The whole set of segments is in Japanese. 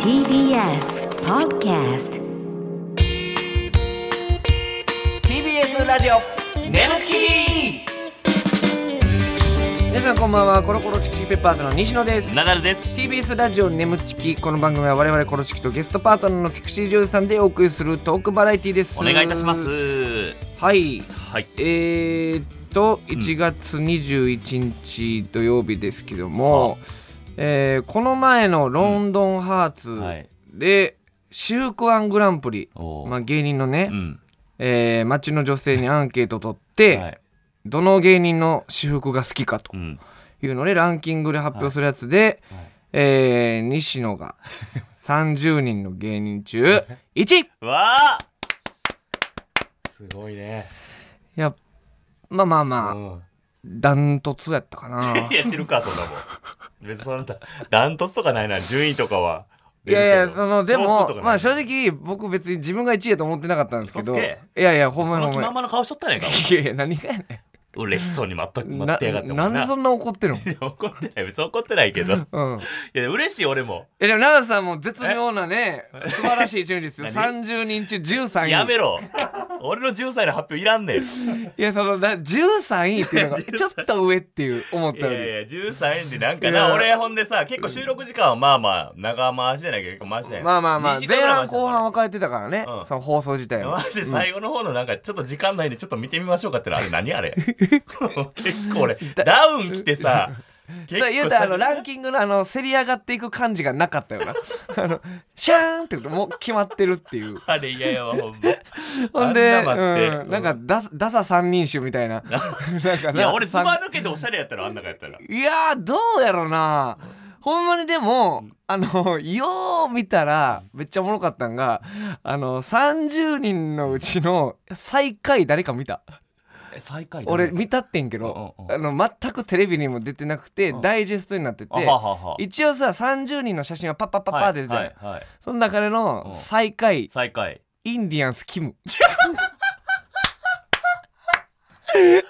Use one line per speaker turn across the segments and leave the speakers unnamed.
TBS Podcast
TBS ラジオネムチ
皆さんこんばんはコロコロチキチキペッパーズの西野です
キナダルです。
TBS ラジオネムチキこの番組は我々コロチキとゲストパートナーのセクシー女優さんでお送りするトークバラエティです
お願いいたします。
はい
はい。
えー、っと1月21日土曜日ですけども、えーこの前のロンドンハーツ
はい。
で、シュークワングランプリ、
おー
まあ、芸人のね、
うん。
えー街の女性にアンケート取って、
はい。
どの芸人の私服が好きかと
うん。
いうのでランキングで発表するやつで、
はい
えー西野 が30人の芸人中1位
わあ。
すごいね。
やっまあまあ
う
まあ
ん。
ダントツやったかな
いや知るかそんなもん。別にそんなダントツとかないな順位とかは。
いやいやそのでもまあ正
直
直僕別に自分が1位やと思ってなかったんですけど
嘘
い
つけ
やいやほん
そ
まに
の
ほん
気まん
ま
まの顔しとったねんか。
にいやいや何がやね
嬉しそうに待っと
ん
待ってやがってもん
ななんでそんな怒 ってるの
いや怒ってない別に怒ってないけど。い
うん、い
や嬉しい俺も。
やでも奈良さんも絶妙なね素晴らしい順位ですよ
何
30人中13位
や めろ。俺の10歳の発表いらんねん。
いやそのな13位っていうの がちょっと上っていう思っ
い
た
や
よ
い
り
や13円でなんか
いや
な俺ほんでさ結構収録時間はまあまあ長回しじゃないけど結構回しじゃない
まあまあまあ前半後半
は
は変えてたからね、
うん
その放送自体は
マジで最後の方のなんかちょっと時間内でちょっと見てみましょうかってのあれ何あ れ結構俺ダウン来てさ結
そう言うたらあのランキングのあの競り上がっていく感じがなかったよなあのシャーンってもう決まってるっていう
あれ嫌やわほん ま
ほんで
あんな待って
うん、なんかダサダサ三人衆みたい ななんか
い
な
や俺ズ
三
バ抜けておしゃれやったらあん中やったら
いやーどうやろなほんまにでもあのよう見たらめっちゃおもろかったんがあの30人のうちの最下位誰か見た
最下位
俺見たってんけど
うんうん
あの全くテレビにも出てなくてダイジェストになって
あ
て
ははは
一応さ30人の写真はパッパッパッパーって出てた
は
よ
いはいはい
その中で
う
の
ん
最下位
最下位
インディアンスキ ム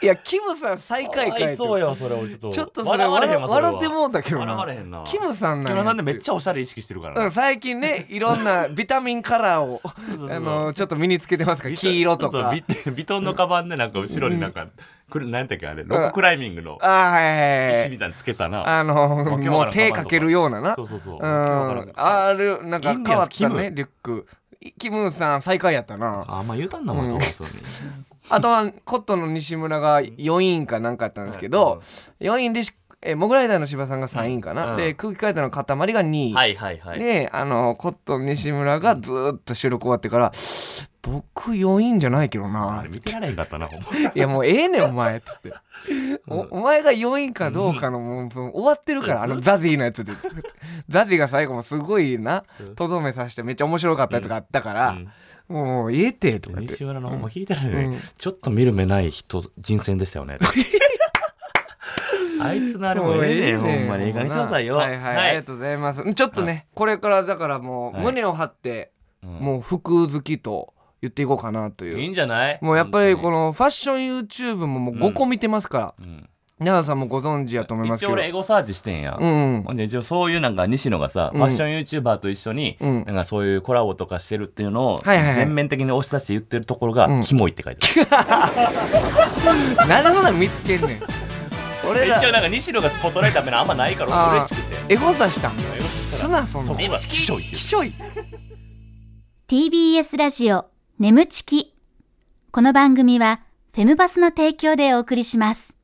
いやキムさん最下位かいって
そうよそれ俺ちょっと
ちょっとそれ
笑われへん
笑
わ
笑って
う
もうたけど
笑われ
な
へんな
キムさんなん
木
や
村さんでめっちゃおしゃれ意識してるから
う、
なん
最近 ねいろんなビタミンカラーを
そうそう
あのちょっと身につけてますから黄色と
そう
か
ビ ビトンのカバンでなんか後ろになんか、くるなんやったっけあれロッククライミングの
あーはいはいは
石み
い
たいなのつけたな
あの
わけわ
も
から
う
ん
手かけるようなな
そうそうそう
う
わけわからん
んあるなんか
インディ
変
ア
わ
ン
っ
スキ
た
ム
ねリュックいキムさん最下位やった な
あんま言うたんだもん、
うん
かわいそうに
あとはコットンの西村が4位かなんかやったんですけど4位でしえーモグライダーの芝さんが3位か
うんう
なんで空気階段の塊が2位
はいはいはい、
であのコットン西村がずーっと収録終わってから「僕4位じゃないけど
あ
な
れ見てられへんかったなほん ま」
いやもうええね んお前」っつって。おお前が4位かどうかのもうもう終わってるからあのザジーのやつでザジーが最後もすごいなとどめさしてめっちゃ面白かったやつがあったからもうええてとか言って
西村のほんま聞いてないのに、
うん
ちょっと見る目ない人人選でし たよねあいつのあれもええねんほんまにいい加減にしなさいよ
はいはい、ありがとうございますんちょっとね、これからだからもう
はい
胸を張って、
うん
もう服好きと言っていこうかなという
いいんじゃない
もうやっぱりこ
の、
のファッション YouTube ももう5個見てますから、
うん
奈良さんもご存知やと思いますけ
一応
ど
俺エゴサーチしてんや、
うんうん
ほんで一応そういうなんか西野がさ、
うん
ファッション YouTuber と一緒に、
うん
なんかそういうコラボとかしてるっていうのを
はいはいはい
全面的に押し出して言ってるところが、
うん
キモいって書いて ある
奈良さん見つけんねん俺ら
一応なんか西野がスポットライトためのあんまないから
あー
嬉しくて
エゴサしたん
エゴサした
す
ら
なそん
そ
な
こがキショイって
きしょい
TBS ラジオ眠ちきこの番組はフェムバスの提供でお送りします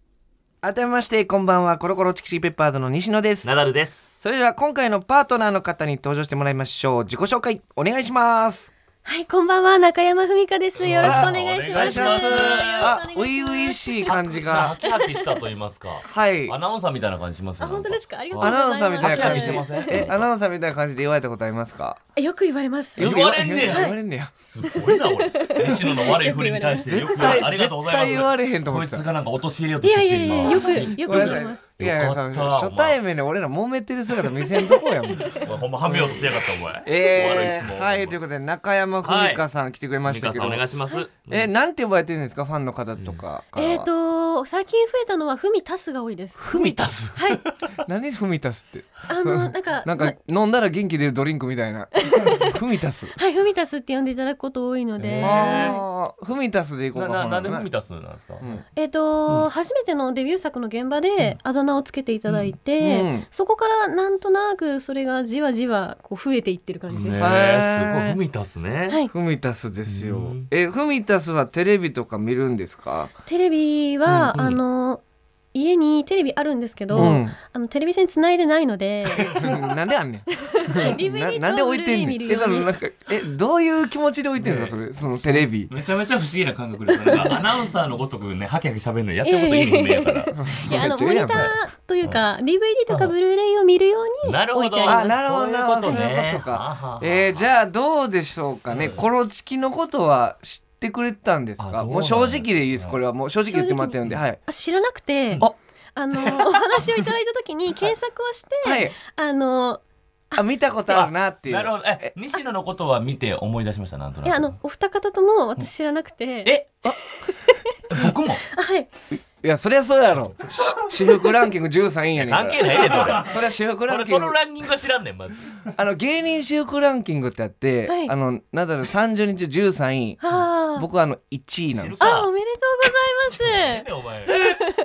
改めましてこんばんはコロコロチキシーペッパーズの西野です
ナダルです
それでは今回のパートナーの方に登場してもらいましょう自己紹介お願いします
はい、こんばんは、中山文香です。よろしくお願いし
お
ま
願
す。
します
よろしくお
あ
願いします
初々しい感じ
ハ
が
キハキしたと言いますか
はい
アナウンサーみたいな感じしますよ
あ、本当ですか。ありがとう
ア
ござい
ナ
ま
ウン
す。
サーみたいな感じ
してません
えアナウンサーみたいな感じで言われたことありますか
えよく言われます。
よく言われんねや
言われんねや
すごいな俺西野の悪い振りに対してよく言われありがとうございま
絶
す
対言われへんと思
こ
っ
い
て
つ
た
がなんか陥れよう
い
として
や
て
いやいや、よく、よく
ごめんな
言わ
さ
れ
い
ます。
いやいやその
よかった
初対面で俺ら揉めてる姿見せんとこやも ん
お前ほんまはめようとしやがったお前
え
悪い質
ー、
問
はいということで中山文香さん来てくれま
美
し
香
たけ
さん
ど
お願いします
えなんて呼ばれてるんですかファンの方とかから
えっと、と最近増えたのはフミタスが多 いです。
踏み足す
はい。
何フミタスって
あのなんか
なん
ま
か飲んだら元気出るドリンクみた いなフミタス
はいフミタスって呼んでいただくこと多いので。
あーフミタスでいこう
な
か
ななんで
ほ
踏み足すなんですか、
うん
えっと、初めてのデビュー作の現場であだ名をつけていただいて、
うんうん
そこからなんとなくそれがじわじわこう増えていってる感じ
ね
で
え
す。
す
へー
ごい踏み足すね、
はい、
フミタスですよ、
うん
えフミタスはテレビとか見るんです か
テレビは、
うんうん
あの家にテレビあるんですけど、
うん
あのテレビ線繋いでないの で
なんであんねん
DVD
ななんで置いてんね
と
ん
ルー
え
ル
だから
を見るよう
なん
に
かえどういう気持ちで置いてんですかそれそのテレビ
めちゃめちゃ不思議な感覚です。 なんかアナウンサーのごとくね、ハキハキ喋るのやってることいいもんねやから。
いやあ
め
の
っちゃ
モ
ええ
ニ
やん
ターというか DVD とかブルーレイを見るように
なるほ
置いて
ど。
ありま
なるほどなるほど
そう
そうい
い
う
う
こ
ことと
か
か。ははは
えー、じゃあどうでしょうかね、
うん
コロチキのことは知ってくれてたんです
あ
か
どうなん
もう正直でいいですこれはもう正直言ってもらってるんではい
すあ知らなくて
あ
あのお話をいただいた 時に検索をして、
はい
あの
あ見たことあるなって いう
なるほど。え、西野のことは見て思い出しました、なんと
い
なく。
やあのお二方とも私知らなくて
え、あ 僕も
あはい
いやそりゃそうや ろし私服ランキング13位やねんから
関係ないで、そ れ。
そりゃ私服
そ
ラン
れ
キン
そ
グ
のランキングは知らんねん、まず。
あの芸人私服ランキングってあって、
はい
あのなんだろう30日13位
あー
僕はあの1位なんですよ
あおめでとう ござい
ねお前。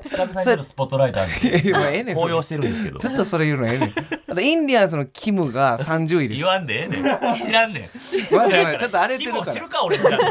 久々にそのスポットライター
いやいやまあええねん
に高
それ
揚してるんですけど
ず。っとそれ言うの ええねんあとインディアンスのキムが30位です
言わんでええねん。知らんねん。知
わ
ら
かん
んか
ない
ら
ちょっと荒れて
キ
る
ム
か
知る
ら
か、俺知らんの。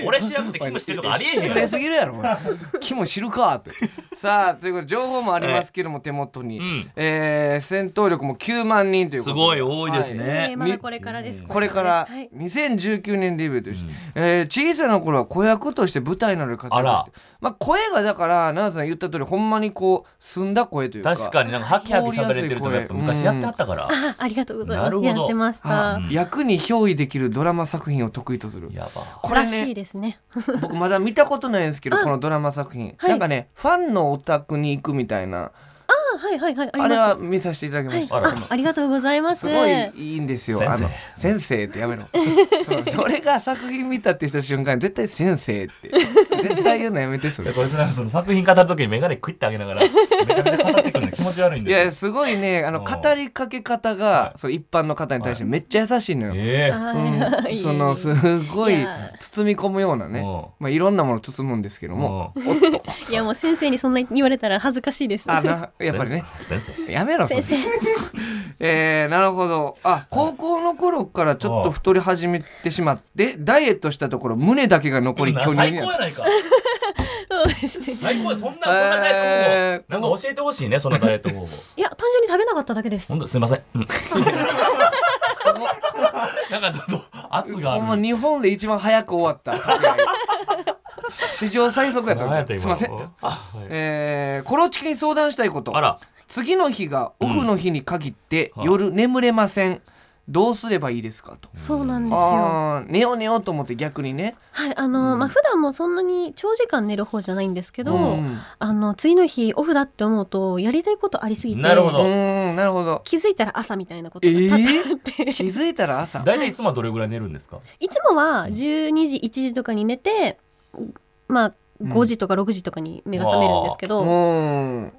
俺知らんくてキム知ってるとかありえへん
失
や
礼
ん
すぎるやろお前キム知るか ってさあということで情報もありますけども、手元に、
うん
えー戦闘力も9万人という
す
こと
ごい多いです
ます、
ね。
えーまだこれからです
これから
はい
2019年デビューというし
うん
えー小さな頃は子役として舞台などで活躍
あ
し
ら
てまあ声がだから奈々さん言った通りほんまにこう澄んだ声というか
確かになんかハキハキ喋れてるとかやっぱ昔やってはったから、
あありがとうございま
なる
す
ほど
やってまし
あ
た、
ん
役に憑依できるドラマ作品を得意とする
やば
これ
らしい
ね
ですね
僕まだ見たことないんですけどこのドラマ作品
はい
なんかねファンのお宅に行くみたいな
あはいはいはいあり
あ
ま
れ
す
は見させていただきました
はい、
あ
あありがとうございます。
すごいいいんですよ。
先生
あの先生ってや めろ。そうそれが作品見たってした瞬間に絶対先生って絶対言うのやめてそ
い
れ
や。こいつなんかその作品語る時に眼鏡食いってあげながらめちゃめちゃ語ってくるの気持ち悪いん
いや
です
すごいねあの
うん
語りかけ方が
はい
そう一般の方に対してめっちゃ優しいの
よ。
よ。
え
は
う
い
ん、そのすごい
いや
包み込むようなね
う
まあ、いろんなものを包むんですけど
え
も
もう
おっと
いやもう先生にそんな言われたら恥ずかしいです。
あなやっぱりね
先生
やめろそれ
先生、
えー、なるほどあ高校の頃からちょっと太り始めてしまってダイエットしたところ胸だけが残り巨乳になった
最高やないか
そうですね。
最高やそんなそんなダイエ
え
ッ
ー
ト方法なんか教えてほしいねそのダイエット方法
いや単純に食べなかっただけです
ほん。とすいませ んうんなんかちょっと圧があ
ほんま
る
日本で一番早く終わった。 史上最速やった
何や
み
った
たい。
今
すいません。
あはい
えー、コロチキに相談したいこと
あら
次の日がオフの日に限って、
うん
夜眠れませんどうすればいいですかと
そうなんですよ。は
あー寝よう寝ようと思って逆にね
いあの、まあ普段もそんなに長時間寝る方じゃないんですけど、
うん
あの次の日オフだって思うとやりたいことありすぎて、
なるほ
う
ど
ーんなるほど
気づいたら朝みたいなことが多々あって、
気づいたら朝
大体いつもはどれぐらい寝るんですか
いつもは12時1時とかに寝て、まあ5時とか6時とかに目が覚めるんですけど。
うん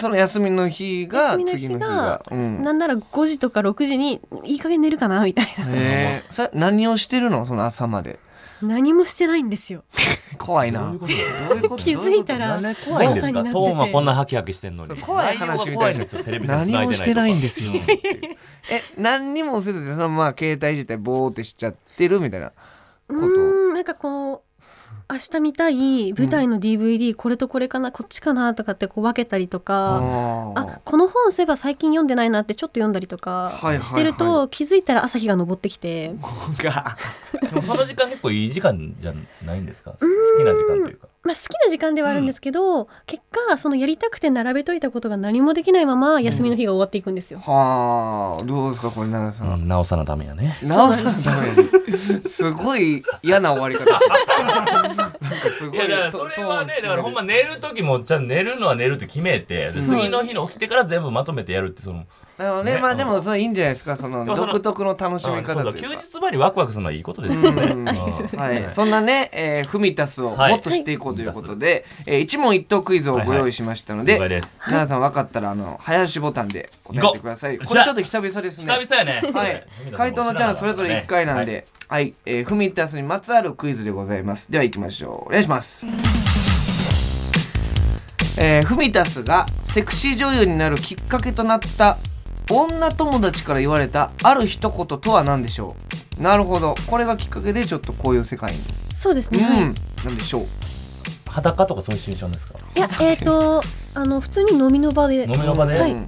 その休みの日が
休みの
次
日
の日
が
が、うん
なんなら5時とか6時にいい加減寝るかなみたいな
へーさ何をしてるのその朝まで
何もしてないん ですよ
怖い
ど
な
ういうことですか
どういうこと
気づいたら
どううこと
怖いんです
朝
か
になってて
トーンはこんなハキハキしてんのに
怖い話み
内容が怖
た
い
い
ん
な
ですよテレビ線繋いで
何
ないと
も
か
してないんですよえ何にもせずにそのまま携帯自体ボーってしちゃってるみたいな
う
と
ーんなんかこう明日見たい舞台の DVD、これとこれかなこっちかなとかってこう分けたりとか、
あ
あこの本そういえば最近読んでないなってちょっと読んだりとか
はいはいはい
してると、気づいたら朝日が昇ってきて
が
でもその時間結構いい時間じゃないんですか好きな時間というか
まあ、好きな時間ではあるんですけど、結果そのやりたくて並べといたことが何もできないまま休みの日が終わっていくんですよ。
はあどうですかこれ奈々さん、
うん直さなためやね
直さんためにすごい嫌な終わり方なんかすご
い
い
やだからそれはねだからほんま寝る時もちゃんと寝るのは寝るって決めてで次の日の起きてから全部まとめてやるってその
なるほどね
ね
まあでもそれいいんじゃないですかその
でもその
独特の楽しみ
あそうそ
方
う
とい
休
うか
日前にワクワクするのはいいことですよね
うん
うん
はい、そんなね、えー、フミタスを
はい
もっと知っていこうということで、えー、一問一答クイズをご用意しましたので、
了解です
皆さん分かったらあの早押しボタンで答えてください
行こう
これちょっと久々ですね
久々や ね
はい回答のチャンスそれぞれ1回なんで、はい、えー、フミタスにまつわるクイズでございますでは行きましょうお願いしますえー、フミタスがセクシー女優になるきっかけとなった女友達から言われたある一言とは何でしょうなるほどこれがきっかけでちょっとこういう世界に
そうです
う
ね、
ん、
はい
なんでしょう
裸とかそういうシチュエーションですか
いやえっ、とあの普通に飲みの場で
飲みの場で、
はい
うん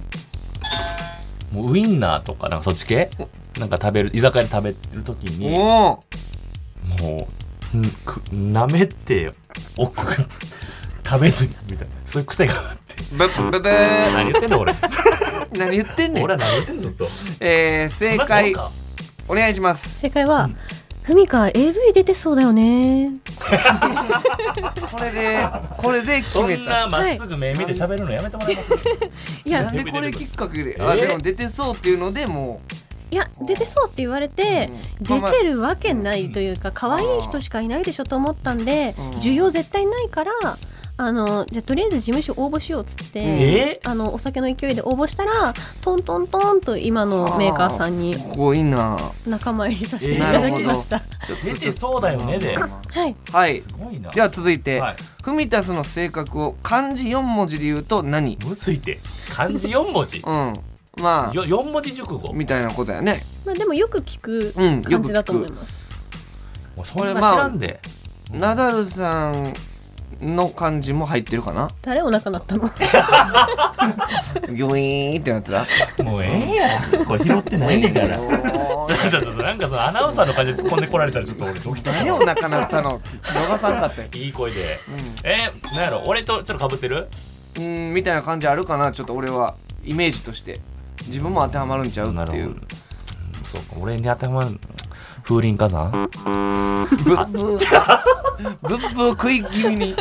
もうウインナーとかなんかそっち系なんか食べる居酒屋で食べる時にも
おお
うなめておく食べずにみたいなそういう癖があって
ブブブブー
何言ってんの俺
何言ってんねん
俺は何言ってんのずっと
えー、正解
まあ
お願いします
正解は「ふみか AV 出てそうだよね
これでこれで決
そうか
め
そん
た
なまっすぐ目見て喋るのやめてもらえます、」
い
な
や
んでこれきっかけで
え
あでも出てそうっていうのでも
いや出てそうって言われて、
うん
出てるわけないというか可愛い人しかいないでしょと思ったんで、
うん
需要絶対ないからあのじゃあとりあえず事務所応募しようっつって、
うん
え
あのお酒の勢いで応募したらトントントンと今のメーカーさんに
あすごいな
仲間入りさせてい
えー
ただきました。
ちょっと
出てそうだよねで
はい、
はい
すごいな
では続いて、
はい
フミタスの性格を漢字4文字で言うと何
むずいて漢字4文字
うんまあ
よ4文字熟語
みたいなことやね
まあでもよく聞く
うんよ
感
く
じだ
聞
と思い
く
ます。
もうそれ知
まあ
らんで、
ナダルさんの漢字も入ってるかな
誰お腹鳴ったの？
ギョイーンってなってた
もうええやんこれ拾ってないねんから
おー
ちょっとなんかそのアナウンサーの感じで突っ込んでこられたらちょっと俺ドキドキ
何をなかなったの逃さんかったよ
いい声で、えー、なんやろ俺とちょっと被ってる
うんみたいな感じあるかなちょっと俺はイメージとして自分も当てはまるんちゃうっていう
なるそうか俺に当てはまる風林火山
ブッブーブッブー食い気味に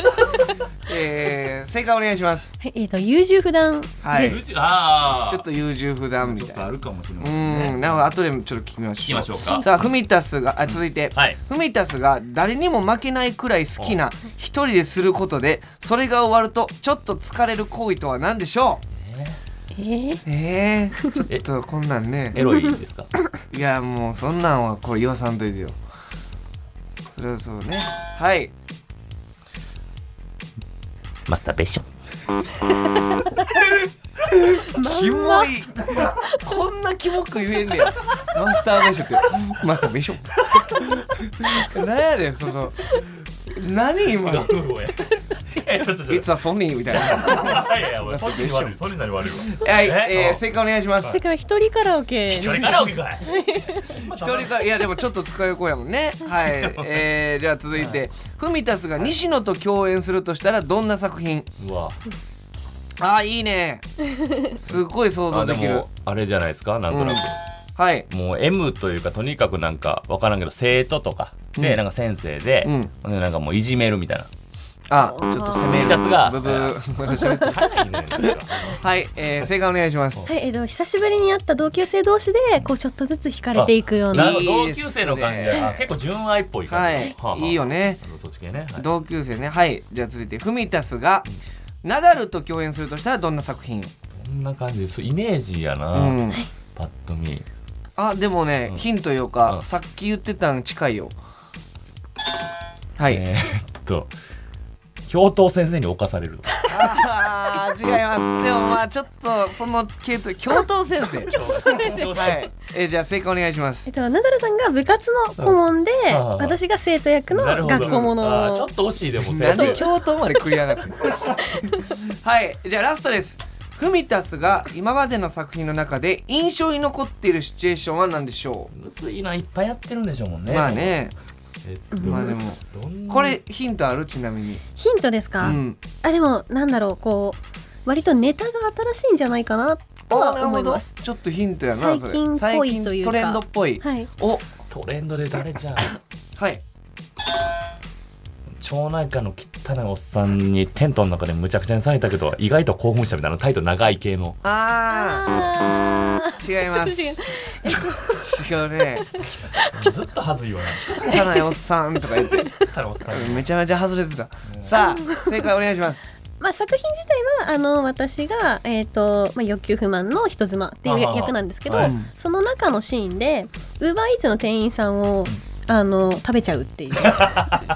えー、正解お願いします
はい、えっ、と優柔不断です。
はい
ああ
ちょっと優柔不断み
ちょった
い
とあ
な
るかもしれま
う
せんね
んなるほど後でちょっと聞きましょう
聞きましょうか
さあフミタスがあ続いて、
はい
フミタスが誰にも負けないくらい好きな一人ですることでそれが終わるとちょっと疲れる行為とは何でしょ
えー、
うえー、ちょっとこんなんね
エロいですか
いやもうそんなんはこれ言わさんといてよそれはそうねはい
マスターベーション
キモいこんなキモく言えんねやマスターベーションってマスターベーション何やねんその何今の
うやえちょっとちょ
い
っ
つはソニーみたいな
といやいや俺ソニーに悪いソニーさんに悪いわ
はい、
え
えー、正解お願いします
だから一人カラオケ
一人カラオケかい一
一人かいやでもちょっと使う子やもんねはいえー、では続いてフミタスが西野と共演するとしたらどんな作品
うわ
あーいいねすっごい想像
あで
できる
もあれじゃないですかなんとなく、
はい
もう M というかとにかくなんか分からんけど生徒とかで、
うん
なんか先生で、
うん
ほんでなんかもういじめるみたいな
あちょっと攻める
フミタスが
ブブーまだ喋ってる
早いね
はい、えー、正解お願いします
はい、えっ、と久しぶりに会った同級生同士でこうちょっとずつ惹かれていくよう
な
な。
んか
いい
同
っすね
級生の感じが、あ結構純愛っぽい感
は
じ、
い
はあはあ
いいよね
あのそっち系ね、はい
同級生ねはいじゃあ続いてフミタスがナダルと共演するとしたらどんな作品
どんな感じそうイメージやな、
うん
パッと見
あでもね
うん
ヒントいうか
うん
さっき言ってたん近いよはい
えー、っと教頭先生に侵されるとか
あー違いますでもまあちょっとその系統教頭先生はいえーじゃあ正解お願いします
えっと、ナダルさんが部活の顧問で
ああ
私が生徒役の
なるほど
学校もの
あーちょ
を
っと惜しいでも
な
先
んで
生
教頭まで繰り上が ってるはいじゃあラストですフミタスが今までの作品の中で印象に残っているシチュエーションは何でしょ
むずいないっぱいやってるんでしょうもん
う
ね
まあね
えっと
まあでも
どんな
これヒントあるちなみに
ヒントですか、
うん
あでもなんだろうこう割とネタが新しいんじゃないかなとは思います。
ちょっとヒントやなそれ
最近っぽいという
最近ト
か
レンドっぽい
はい、
お
トレンドで誰じゃん
はい
町内会の汚いおっさんにテントの中でむちゃくちゃにされたけど意外と興奮したみたいなタイトル長い系 の
あ
あ
ー違い
ー
ます
違う
違うね
ずっとはずいよな
汚いおっさんとか言って
汚いおっさん
めちゃめちゃ外れてたさあ正解お願いします
まあ作品自体はあの私が、えーとまあ、欲求不満の人妻っていう
あはは
役なんですけど、
はい
その中のシーンでウーバーイーツの店員さんをあの食べちゃう っていう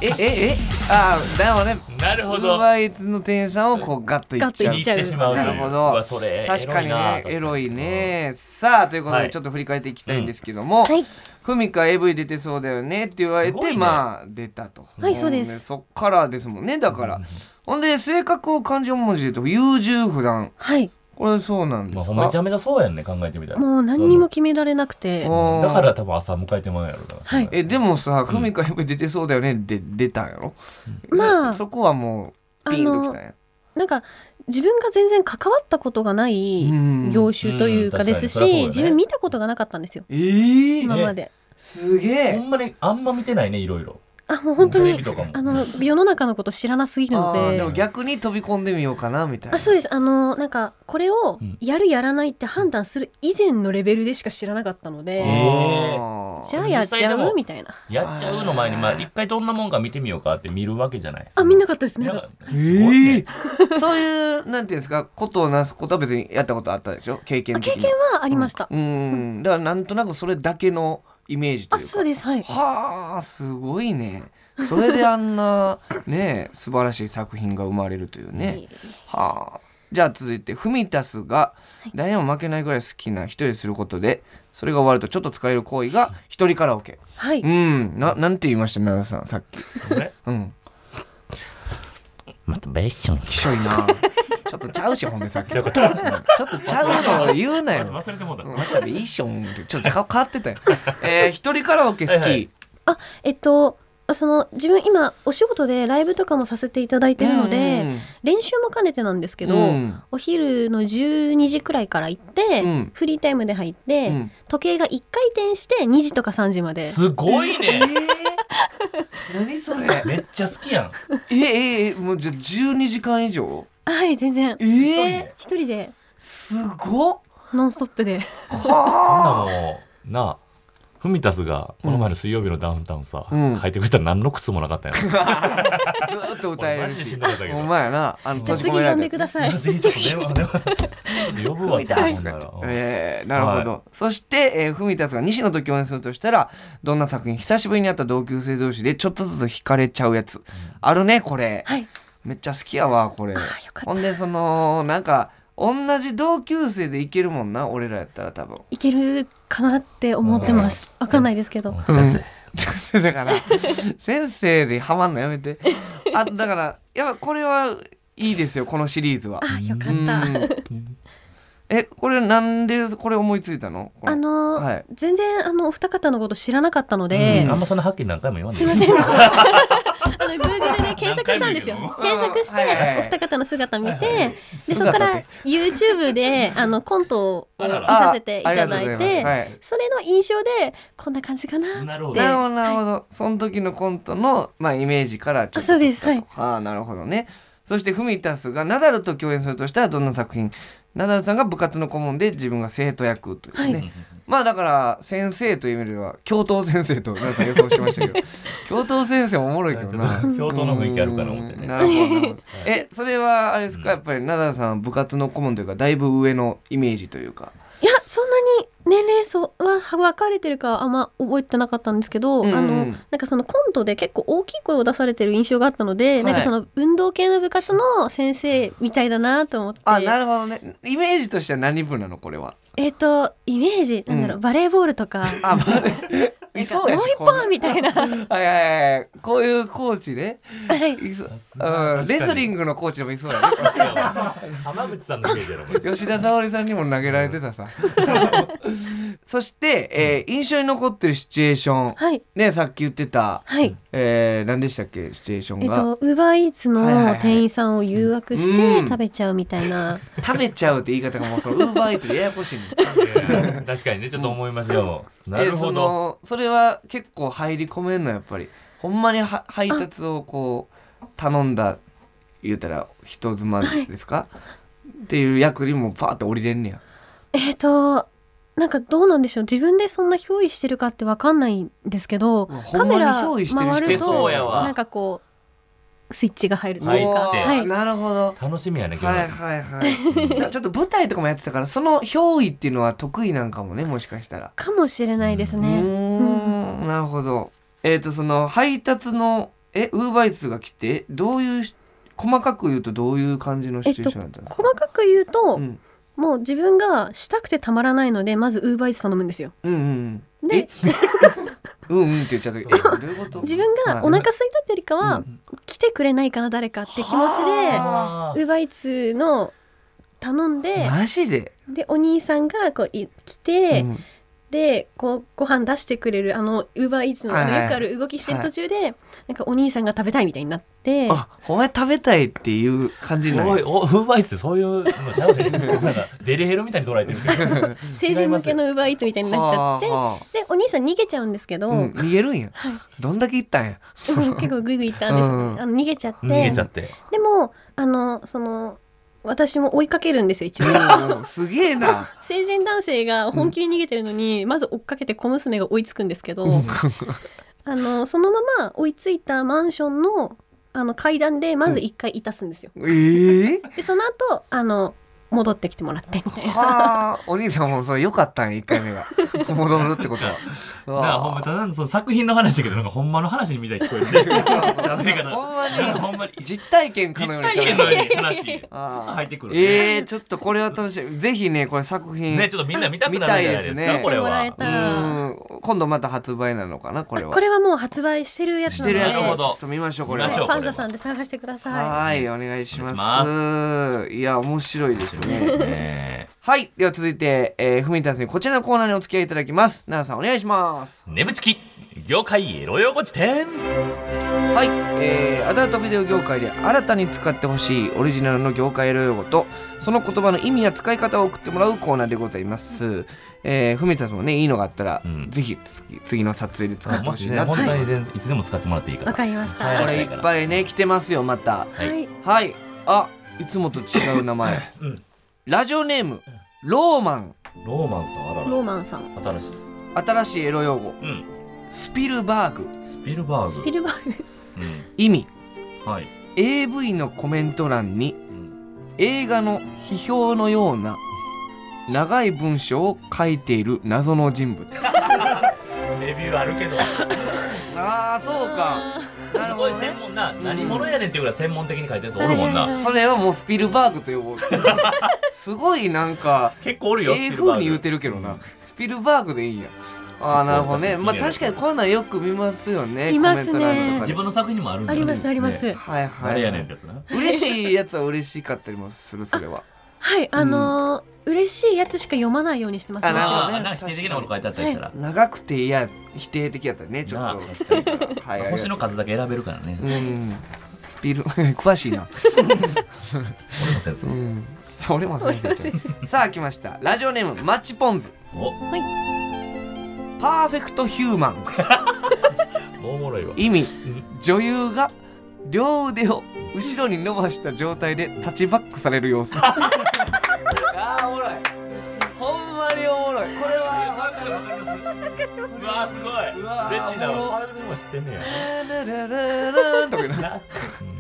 えええああだよね
なる
ウ
ほ
ー
ど
バーイーツの店員さんをこうガッといっちゃ
ガッと
う
いっ
言っ
ちゃう
てしまうという
なるほ
うわ
ど
それ
確かにねエロい
ね
ねさあということ
は
で
い
ちょっと振り返っていきたいんですけども
はい
ふみか AV 出てそうだよねって言われ
す
て、
ごいね
まあ出たと
はいそうです
そっからですもんねだから、ほんで性格を漢字4文字で言うと優柔不断
はい
これそうなんで
まあ、
すか、
ほんまめちゃめちゃそうやんね考えてみたら
もう何にも決められなくて
お
そのだから多分朝迎えてもらうやろうな
はい
えでもさふみか AV 出てそうだよねで出たんやろ、
まあ
そこはもう
あ
ピンとき
の
たんや
なんか自分が全然関わったことがない
うん
業種というかですし、
うんうん確かにそりゃそうだよね
自分見たことがなかったんですよ
えー、
今まで。
すげえ
ほんまにあんま見てないねいろいろ
あもう本当
テレ
に
ビとかも
あの世の中のこと知らなすぎるの
あーで
で
も逆に飛び込んでみようかなみたいな
あそうですあのなんかこれを
うん
やるやらないって判断する以前のレベルでしか知らなかったので、
えー
あー
じゃあやっち
実際で
ゃ
も
うみたいな
やっちゃうの前にまあ一回どんなもんか見てみようかって見るわけじゃない
あ見なかったです
見
ね
なかった
え
すごいね
ーそういうなんていうんですかことをなすことは別にやったことあったでしょ経験的に
経験はありました、
うんだからなんとなくそれだけのイメージとい
あ
うか
そうですはい
はあすごいねそれであん なね素晴らしい作品が生まれるというねはあじゃあ続いてフミタスが誰にも負けないぐらい好きな一人ですることでそれが終わるとちょっと使える行為が一人カラオケ
はい
うんななんて言いました奈良さんさっき
俺
うん
またベッション
きしょいなちょっとちゃうしほんでさっき
ちゃうか
うんちょっとちゃうの俺言うなよ
忘れてもうた
またでいいしょんちょっと 顔変わってたよえー、一人カラオケ好き、
はいはい
あえっとその自分今お仕事でライブとかもさせていただいてるので、練習も兼ねてなんですけど、
うん
お昼の12時くらいから行って、
うん
フリータイムで入って、
うん
時計が1回転して2時とか3時まです
ごい
え
ね
ー、何それ
めっちゃ好きやん
えええもうじゃあ12時間以上
はい全然
ええ
一人です
ごっ
ノンストップで
ほんならもうなあフミタスがこの前の水曜日のダウンタウンさ、
うん
履いてくれたら何の靴もなかったやん、
ずーっと歌え
俺マ
る
ジでし
し
んどかったけど
お前やなあの
じゃ
閉
あ
じ
次
込められ
呼ん
た
でくださ
まあ
い
ぜひちょっと電話電話ちょっと呼ぶわ
フミタス
そんなら
えー、なるほど、そして、えー、フミタスが西野と共演するとしたらどんな作品久しぶりに会った同級生同士でちょっとずつ惹かれちゃうやつ、あるねこれ、
はい
めっちゃ好きやわこれ
ーよかった
ほんでそのなんか同じ同級生でいけるもんな俺らやったら多分
いけるかなって思ってますわかんないですけど、
うん先生
だから先生でハマんのやめてあだからやっぱこれはいいですよこのシリーズは
あよか
う
った
んえこれなんでこれ思いついたのこ
あのー
はい
全然あのお二方のこと知らなかったので、
あんまそんなはっきり何回も言わない
すいませ んあの Google で検索したんですよ
何
検索し
あーはいはい
てお二方の姿見て、でそこ
姿
か
で
ら YouTube であのコントを見させていただい
あありがとうござい
て、
ますはい
それの印象でこんな感じかな
なるほど
で
なるほどなるほど、その時のコントの、まあ、イメージからちょっと
あそうですはい
ああなるほどねそしてフミタスがナダルと共演するとしたらどんな作品ナダルさんが部活の顧問で自分が生徒役というね、
は
まあだから先生という意味では教頭先生と皆さん予想してました けど教頭先生もおもろいけ どな
ちょっと教頭の雰囲気あるかな思ってね
うんなるほどなるほどえそれはあれですかやっぱりナダルさんは部活の顧問というかだいぶ上のイメージというか
いやそんなに年齢層は分かれてるかはあんま覚えてなかったんですけど、
うん
あのなんかそのコントで結構大きい声を出されてる印象があったので、
い
なんかその運動系の部活の先生みたいだなと思って
あなるほどねイメージとしては何部なのこれは
えっ、とイメージなんだろう、
うん
バレーボールとか
あまあねい
も
そう
う
やし
一
こんな
本みたいなは
はいはいはいこういうコーチね
い
いそう
が
うん
確かに
レスリングのコーチでもいそう だね
浜口さんのせいじゃなこれ
吉田沙保里さんにも投げられてたさそして、えー印象に残ってるシチュエーション
はい
ねさっき言ってた、
はい
えー、何でしたっけシチュエーション
えっ、
が、
とウーバーイーツ
はいはいは
の
い
店員さんを誘惑し
う
て
ん
食べちゃうみたいな、
食べちゃうって言い方がもうそのウーバーイーツでややこしいね
確かにねちょっと思いましたよな
え
る
ーそ
ほど
のそれは結構入り込めんのやっぱりほんまには配達をこう頼んだ言うたら人妻ですか、っていう役にもパーって降りれんねや
えっ、となんかどうなんでしょう自分でそんな憑依してるかってわかんないんですけど
うわほ
カ
んま
メ
に
ラ
憑依してる人
回る
そ
と
うやわ
なんかこうスイッチが入るという
入
か
って
うわーなるほど
楽しみやね今
はい
日
はいはいちょっと舞台とかもやってたからその憑依っていうのは得意なんかもねもしかしたら
かもしれないです
う
ね。
ーんなるほどえっ、とその配達のえウーバーイーツが来てどういうし細かく言うとどういう感じのシチュエーションだったんですか、
細かく言うと、
うん
もう自分がしたくてたまらないのでまずウーバーイーツ頼むんですよ。
うんうんうん
で
え うんうんって言っちゃったけどえどういうこと
自分がお腹空いたってよりかは、
う
来てくれないかな誰かって気持ち
は
でウーバーイーツの頼んで
マジで、
でお兄さんがこうい来て、
うん
でこうご飯出してくれるあのウーバーイーツの
はい
あの
はい
よくある動きしてる途中で、なんかお兄さんが食べたいみたいになって
あお前食べたいっていう感じにな
おい
る
おウーバーイーツってそういうのちゃうでなんかデリヘルみたいに捉えてるけど
成人向けのウーバーイーツみたいになっちゃって
はあは
でお兄さん逃げちゃうんですけ
あ
ど、
うん、逃げるんや、どんだけ行ったんや
うん結構グイグイ行ったんでしょうね、
うん
あの逃げちゃって
逃げちゃって
でもあのその私も追いかけるんですよ一応
おーすげえな
成人男性が本気で逃げてるのに、まず追っかけて小娘が追いつくんですけどあのそのまま追いついたマンションのあの階段でまず一回いたすんですよ、
えー、
でその後あの戻ってきてもらってみたいな
はあお兄さんもそれ良かったんや1回目 が戻るってことはう
なんかほんま
わ
ただのその作品の話だけどなんかほんまの話みたいに聞こ えるね喋り方
ほんまに
なんかほんまに
実体験か
実
のように
体験のように話ずっと
あー
入ってくるね
えー、ちょっとこれは楽しみぜひねこれ作品
ねちょっとみんな見たくなるじゃない
見たいです
です
ね
かこれ
見てもら
は
え
う
た
ーん今度また発売なのかなこれは
これはもう発売してるや
し
つなの
て
で
るやつ
なるほ
を
ど
ちょっと見ましょうこれ
は
はい
見ましょう
ファンザさんで探してください
はいお願いします
お願い
いや面白いですね
ね
はいでは続いて、えー、ふみたんさんにこちらのコーナーにお付き合いいただきます奈良さんお願いします
眠ちき業界エロ用語辞典
はい、えー、アダルトビデオ業界で新たに使ってほしいオリジナルの業界エロ用語とその言葉の意味や使い方を送ってもらうコーナーでございます。えー、ふみたさんもねいいのがあったら、
うん
ぜひ次次の撮影で使って
も
ほし
し
い
ね
なって
本当に全然いつでも使ってもらっていいか
わ
ら
かりました
は
こ
はい、
れいっぱいね来てますよまた。
はい
はいあいつもと違う名前、
うん
ラジオネームローマン
ローマンさんあら
ロー
ら
マンさん
新しい
新しいエロ用語
うん
スピルバーグ
スピルバーグ
スピルバーグ
意味
うんはい
AV のコメント欄に
うん
映画の批評のような長い文章を書いている謎の人物
レビューあるけど
ああそうかなる
す
ほ
ごい
どね
専門な
うん
何者やねんっていうぐらい専門的に書いてるやつおるもん
はいはい
な
は い
それをもうスピルバーグと呼ぼう すごいなんか
結構おるよ
ええ風に言うてるけどなスピルバーグでいいんやああなるほどねまあ確かにこういうのはよく見ますよね
いますね
コメント欄とか
自
で
分の作品にもあるんだ
あ
よね
りますあります、
ね
はいはい、
あれやねんってやつな
嬉しいやつは嬉しかったりもするそれは
はいあのー嬉しいやつしか読まないようにしてます
あなる
私
ほど
は
あ
ね
ーなんか否定的なこと書いてあったりしたら
長くていや否定的やったねちょっ
なあ
と確かにはいありがとう
星の数だけ選べるからね
うんスピル 詳しいな
俺のセンス
うん、それもそうになっちゃ うさあ来ましたラジオネームマッチポンズ
お
パーフェクトヒューマン
おもろいわ
意味女優が両腕を後ろに伸ばした状態でタッチバックされる様子あーおもろいほんまにおもろいこれ は
うわーすご
うわー
い嬉しいな
おもろ
パーフェクトヒューマン知ってんねや
ラララララとかな
な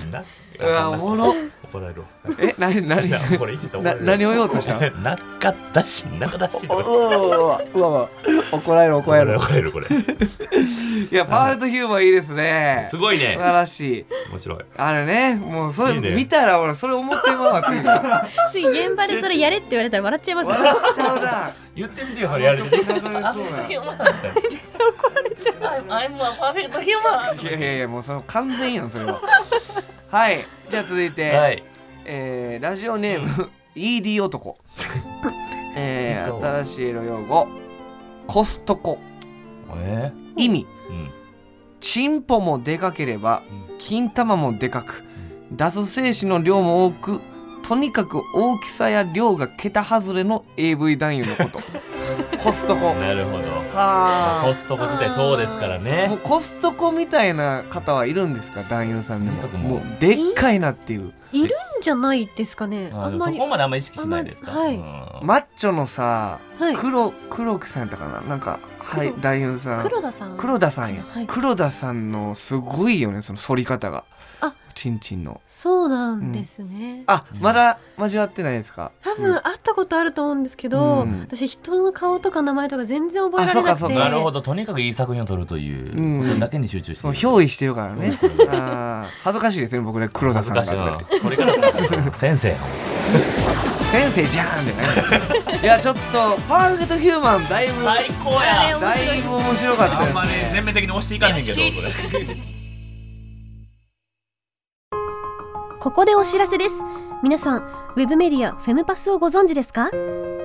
うんな
うわおもろ
怒られるわ
えなになに
いやこれいじったら怒られる
な何を言おうとしたの
中だし中だしと
お
か
うわうわうわ怒られる怒られる
怒られるこれ
いやパーフェクトヒューマンいいですね
す
素
ごいね
晴らしい
面白い
あれねもうそれ
いいね
見たら俺それ思ってまうわついな
つい現場でそれやれって言われたら笑っちゃいます
笑っちゃうな。
言ってみてよそれや
あ
る
そうだ
パーフェクトヒューマン怒られちゃう I'm a perfect human
いやいやいやもうその完全やんそれは。はい。じゃあ続いて、
はい
えーラジオネーム ED 男。え
そう
ー、新しい色用語コストコ
え
意味
ーうん
チンポもでかければ
う
金玉もでかく出す精子の量も多く とにかく大きさや量が桁外れの AV 男優のことコストコ
なるほど
は
コストコ自体そうですから
あもう
ね
コストコみたいな方はいるんですか男優さんでも
とにかく
も
も
う
う
でっかいなっていう
いるんじゃないですかね。
あ
あ
でも
んま
そ
り。
こまであんまり意識しないですか、
あんまり
うん
マッチョのさ
はい。
黒黒木さんやったかななんかはい
黒
男優さん
黒田さん。
黒田さんや、
はい
黒田さんのすごいよねその反り方が
あ
ちんちんの
そうなんですね。
あ、
うん
まだ交わってないですか
多分会ったことあると思うんですけど、
うん
私人の顔とか名前とか全然覚えられ
あそ
な
う
く
かそう
て
か
なるほどとにかくいい作品を撮るということだけに集中して
その
る
憑依してるからね
そうですね
あー恥ずかしいですね僕ね黒田
恥
さ
ず
んが
か
と
しい
か言っ
な
て
それからさ先生
先生じゃーんってねいやちょっとパーフェクトヒューマンだいぶ
最高や
あれ
だいぶ面白かった
あ
で
ん
す
まり全面的に押していかへんけどこれ
ここでお知らせです皆さんウェブメディアフェムパスをご存知ですか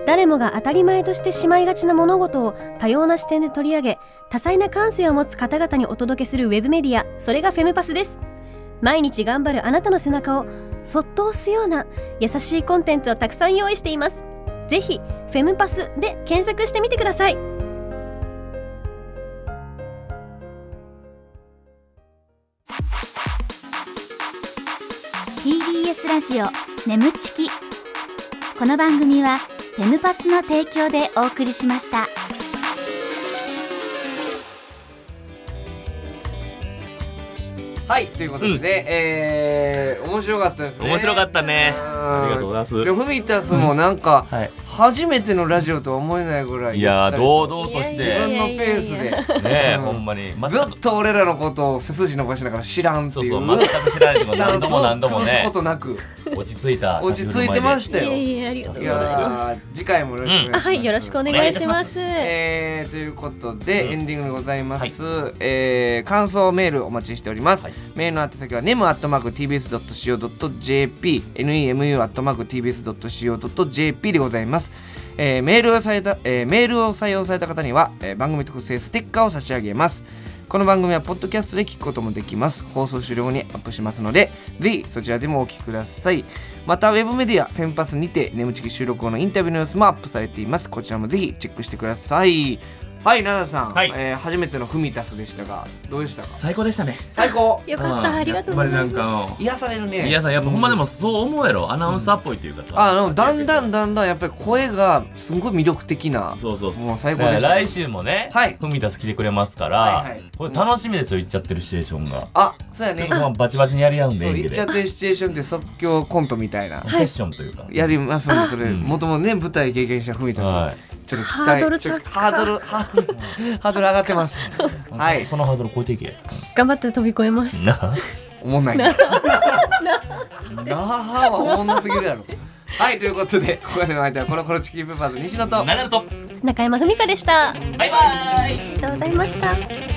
誰もが当たり前としてしまいがちな物事を多様な視点で取り上げ多彩な感性を持つ方々にお届けするウェブメディアそれがフェムパスです毎日頑張るあなたの背中をそっと押すような優しいコンテンツをたくさん用意していますぜひフェムパスで検索してみてください
ー TBS ラジオ眠ちきこの番組はフェムパスの提供でお送りしました
はいということでね、えー面白かったですね
面白かったね
あ
ありがとうございます
フミタスもなんか、
はい
初めてのラジオとは思えないぐらい
いやー
ど
堂々とし
いやいや
て
自
ね
分のペースで
え
うん
ほんまにま
ず
さか
っと俺らのことを背筋伸ばしながら知らんって
そ
いうう
そう全く知られても
スタ
何
ンス
度
を
も何度も
崩す
ね
ことなく
落ち着いた
落ち着いてましたよい
いやありが
とうございます
やー次回もよろしくお願いします、
はいよろしくお
願
願
い
い
し
し
ま
ますす
えーということで、
うん
エンディングでございます、えー感想メールお待ちしております、
はい
メールの宛先は nemu.tbs.co.jp nemu.tbs.co.jp でございますえーメールをされた、えーメールを採用された方には、えー番組特製ステッカーを差し上げますこの番組はポッドキャストで聞くこともできます放送終了後にアップしますのでぜひそちらでもお聞きくださいまたウェブメディアフェンパスにて眠ちき収録後のインタビューの様子もアップされていますこちらもぜひチェックしてくださいはい奈々さん、
はい
えー初めてのフミタスでしたがどうでしたか
最高でしたね
最高
よかったありがとうござい
やっぱり
ま
なんか
癒されるね
いやさやっぱほんまでもそう思うやろアナウンサーっぽいというかさ
あのだんだんだんだんやっぱり声がすごい魅力的な
そうそうそう
もう最
だ
高
か
でし
ら
た
来週もね
はい
フミタス来てくれますから、
はいはい
これ楽しみですよ行っちゃってるシチュエーションが、
あそうやね
まあバチバチにやり合うんで
そう
演
言
技
っちゃっ
で
てるシチュエーションって即興コントみたいな、
セッションというか、
やりますんでそれ
うん
もともとね舞台経験者文田さん、
はい
ちょっと期待
ハードル
ちょっと
高
ハードルハ ハードル上がってますはい
そのハードル超えていけ
頑張って飛び越えます
な
おもんないななははおもんなすぎるやろはいということでここまでの相手はコロコロチキンペッパーズ西野と
長野と
中山文香でした
バイバイ
ありがとうございました